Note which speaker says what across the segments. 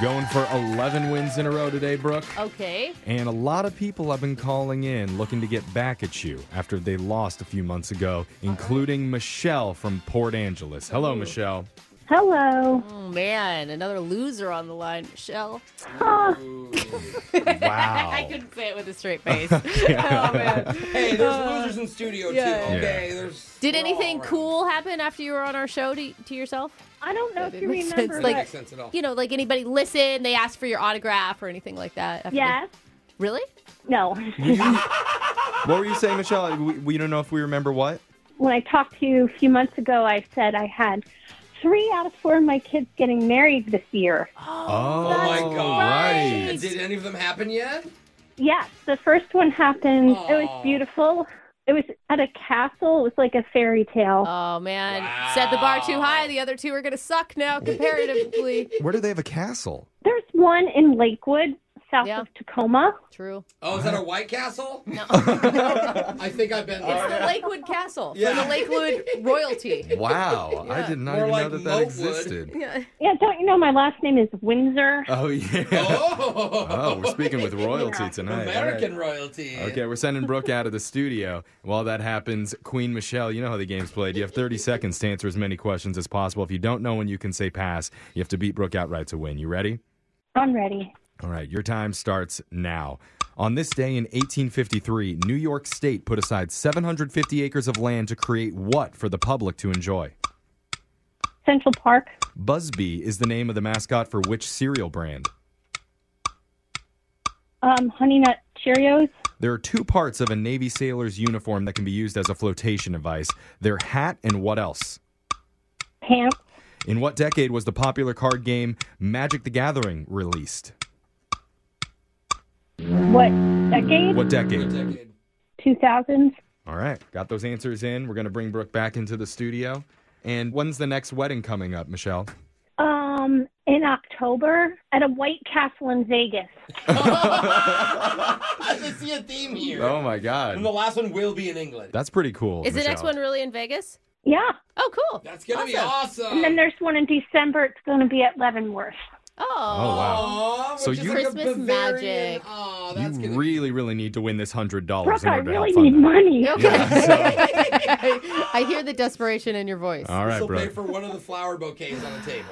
Speaker 1: Going for 11 wins in a row today, Brooke.
Speaker 2: Okay.
Speaker 1: And a lot of people have been calling in looking to get back at you after they lost a few months ago, including Michelle from Port Angeles. Hello, Michelle.
Speaker 3: Hello.
Speaker 2: Oh man, another loser on the line, Michelle.
Speaker 1: Wow.
Speaker 4: Oh.
Speaker 2: I couldn't say it with a straight face. oh man.
Speaker 4: Hey, there's losers in studio
Speaker 2: yeah.
Speaker 4: too.
Speaker 1: Yeah.
Speaker 4: Okay, there's.
Speaker 2: Did
Speaker 4: we're all
Speaker 2: anything
Speaker 4: around.
Speaker 2: cool happen after you were on our show to, to yourself?
Speaker 3: I don't know if you
Speaker 2: didn't make sense.
Speaker 3: remember.
Speaker 4: Doesn't
Speaker 2: Like-
Speaker 4: make
Speaker 3: but
Speaker 4: sense at all.
Speaker 2: You know, like anybody listen, they asked for your autograph or anything like that. after-
Speaker 3: yes.
Speaker 2: Really?
Speaker 3: No.
Speaker 1: what were you saying, Michelle? We, we don't know if we remember what?
Speaker 3: when I talked to you a few months ago, I said I had three out of four of my kids getting married this year.
Speaker 1: Oh,
Speaker 4: Oh my god!
Speaker 1: right.
Speaker 4: Did any of them happen yet?
Speaker 3: Yes, the first one happened. It
Speaker 4: Aw.
Speaker 3: was beautiful. It was at a castle. It was like a fairy tale.
Speaker 2: Oh man, set the bar too
Speaker 4: Wow.
Speaker 2: high. The other two are gonna suck now comparatively.
Speaker 1: Where do they have a castle?
Speaker 3: There's one in Lakewood, south
Speaker 2: Yeah.
Speaker 3: of Tacoma.
Speaker 2: True.
Speaker 4: Oh, is that a White Castle?
Speaker 2: No.
Speaker 4: I think I've been
Speaker 2: It's
Speaker 4: there.
Speaker 2: the Lakewood Castle for
Speaker 4: Yeah.
Speaker 2: the Lakewood royalty.
Speaker 1: Wow. I did not
Speaker 4: More
Speaker 1: even know
Speaker 4: like
Speaker 1: that that
Speaker 4: Moatwood.
Speaker 1: existed.
Speaker 2: Yeah.
Speaker 3: Yeah, don't you know my last name is Windsor?
Speaker 2: Uh.
Speaker 1: Oh, yeah.
Speaker 4: Oh,
Speaker 1: Oh, we're speaking with royalty
Speaker 3: Yeah.
Speaker 1: tonight.
Speaker 4: American
Speaker 1: All
Speaker 4: royalty.
Speaker 1: right. Okay, we're sending Brooke out of the studio. While that happens, Queen Michelle, you know how the game's played. You have 30 seconds to answer as many questions as possible. If you don't know when you can say pass, you have to beat Brooke outright to win. You ready?
Speaker 3: I'm ready.
Speaker 1: All right, your time starts now. On this day in 1853, New York State put aside 750 acres of land to create what for the public to enjoy?
Speaker 3: Central Park,
Speaker 1: Busby is the name of the mascot for which cereal brand?
Speaker 3: um, Honey Nut Cheerios,
Speaker 1: There are two parts of a Navy sailor's uniform that can be used as a flotation device their hat and what else?
Speaker 3: pants,
Speaker 1: In what decade was the popular card game Magic the Gathering released?
Speaker 3: what decade?
Speaker 1: What
Speaker 4: Good
Speaker 1: decade?
Speaker 4: decade.
Speaker 3: 2000s,
Speaker 1: All right, got those answers in. We're going to bring Brooke back into the studio. And when's the next wedding coming up, Michelle?
Speaker 3: um, in October at a White Castle in Vegas.
Speaker 4: I just see a theme here.
Speaker 1: Oh my
Speaker 4: And the
Speaker 1: God.
Speaker 4: last one will be in England.
Speaker 1: That's pretty cool.
Speaker 2: Is the next
Speaker 1: Michelle.
Speaker 2: one really in Vegas?
Speaker 3: Yeah.
Speaker 2: Oh, cool.
Speaker 4: That's gonna be
Speaker 2: Awesome.
Speaker 4: awesome.
Speaker 3: And then there's one in December. It's going to be at Leavenworth.
Speaker 1: Oh,
Speaker 2: Oh,
Speaker 1: wow.
Speaker 4: Aw,
Speaker 1: So
Speaker 4: which is
Speaker 1: you-
Speaker 4: like a
Speaker 2: Christmas
Speaker 4: Bavarian-
Speaker 2: magic.
Speaker 4: Aw, that's
Speaker 1: you
Speaker 4: gonna
Speaker 1: really, really need to win this hundred dollars
Speaker 3: Brooke,
Speaker 1: in
Speaker 3: I
Speaker 1: order to
Speaker 3: really
Speaker 1: have fun
Speaker 3: need
Speaker 1: tonight.
Speaker 3: money.
Speaker 2: okay. I hear the desperation in your voice.
Speaker 1: All right,
Speaker 4: This'll pay
Speaker 1: Brooke.
Speaker 4: for one of the flower bouquets on the table.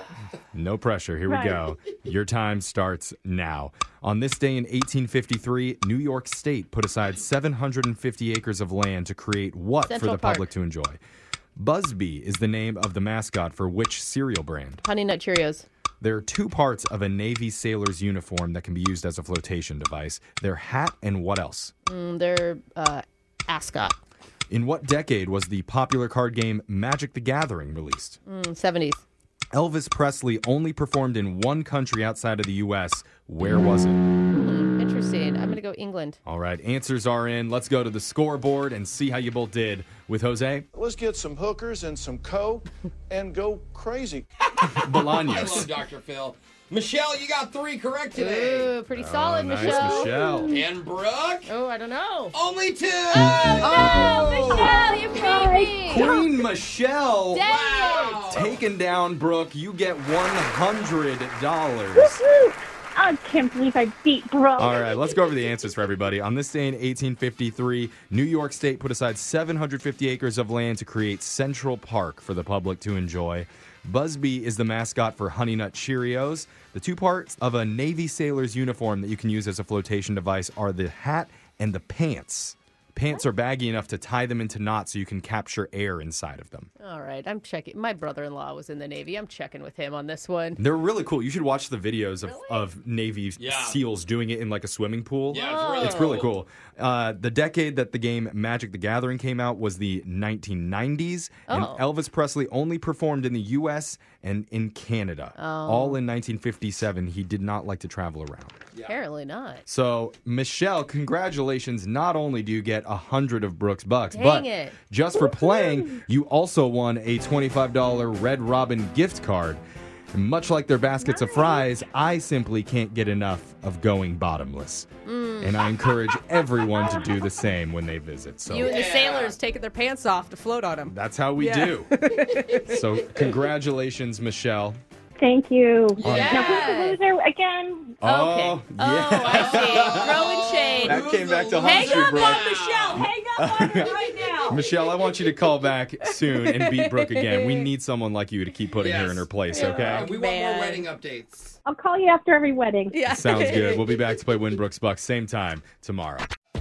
Speaker 1: No pressure. Here
Speaker 3: Right.
Speaker 1: we go. Your time starts now. On this day in 1853, New York State put aside 750 acres of land to create what for
Speaker 2: Central
Speaker 1: the
Speaker 2: Park.
Speaker 1: public to enjoy? Busby is the name of the mascot for which cereal brand?
Speaker 2: Honey Nut Cheerios.
Speaker 1: There are two parts of a Navy sailor's uniform that can be used as a flotation device their hat and what else?
Speaker 2: Mm, they're uh, ascot.
Speaker 1: In what decade was the popular card game Magic the Gathering released?
Speaker 2: Mm, 70s.
Speaker 1: Elvis Presley only performed in one country outside of the U.S. Where was it?
Speaker 2: Interesting. I'm going to go England.
Speaker 1: All right, answers are in. Let's go to the scoreboard and see how you both did with Jose
Speaker 5: Let's get some hookers and some coke and go crazy.
Speaker 4: I love
Speaker 1: Bolaños.
Speaker 4: Dr. Phil. Michelle, you got three correct today.
Speaker 2: Ooh, pretty solid,
Speaker 1: Oh, nice,
Speaker 2: Michelle.
Speaker 1: Michelle.
Speaker 4: And Brooke,
Speaker 2: Oh, I don't know.
Speaker 4: only two.
Speaker 2: Oh, Michelle, you beat me.
Speaker 1: Queen Michelle
Speaker 2: Dang it.
Speaker 1: taken down, Brooke. You get $100.
Speaker 3: Woo! I can't believe I beat Brooke.
Speaker 1: All right, let's go over the answers for everybody. On this day in 1853, New York State put aside 750 acres of land to create Central Park for the public to enjoy. Busby is the mascot for Honey Nut Cheerios. The two parts of a Navy sailor's uniform that you can use as a flotation device are the hat and the pants. Pants are baggy enough to tie them into knots so you can capture air inside of them.
Speaker 2: All right, I'm checking. My brother in law was in the Navy. I'm checking with him on this one.
Speaker 1: They're really cool. You should watch the videos of, of Navy
Speaker 4: Yeah.
Speaker 1: SEALs doing it in like a swimming pool.
Speaker 4: Yeah, it's really,
Speaker 1: It's really cool. Uh, the decade that the game Magic the Gathering came out was the 1990s, and
Speaker 2: Oh.
Speaker 1: Elvis Presley only performed in the U.S. and in Canada. All in 1957. He did not like to travel around.
Speaker 2: Apparently not.
Speaker 1: So, Michelle, congratulations. Not only do you get a 100 of Brooks Bucks,
Speaker 2: Dang
Speaker 1: but
Speaker 2: it.
Speaker 1: just for playing, you also won a $25 Red Robin gift card. And much like their baskets of fries, I simply can't get enough of going bottomless.
Speaker 2: Mm.
Speaker 1: And I encourage everyone to do the same when they visit. So
Speaker 2: You and the sailors taking their pants off to float on him.
Speaker 1: that's how we
Speaker 2: Yeah.
Speaker 1: do. so, congratulations, Michelle.
Speaker 3: Thank you.
Speaker 2: Yeah.
Speaker 3: Now, who's the loser again?
Speaker 1: Oh,
Speaker 2: okay. Oh,
Speaker 1: yeah.
Speaker 2: I see. Throwing shade.
Speaker 1: that came back to haunt
Speaker 2: Hang
Speaker 1: you,
Speaker 2: up
Speaker 1: Brooke.
Speaker 2: on Michelle. Hang up on her right now.
Speaker 1: Michelle, I want you to call back soon and beat Brooke again. We need someone like you to keep putting her in her place, okay?
Speaker 4: And we want more
Speaker 2: Man.
Speaker 4: wedding updates.
Speaker 3: I'll call you after every wedding.
Speaker 2: Yeah.
Speaker 1: Sounds good. We'll be back to play Win Brooks Bucks same time tomorrow.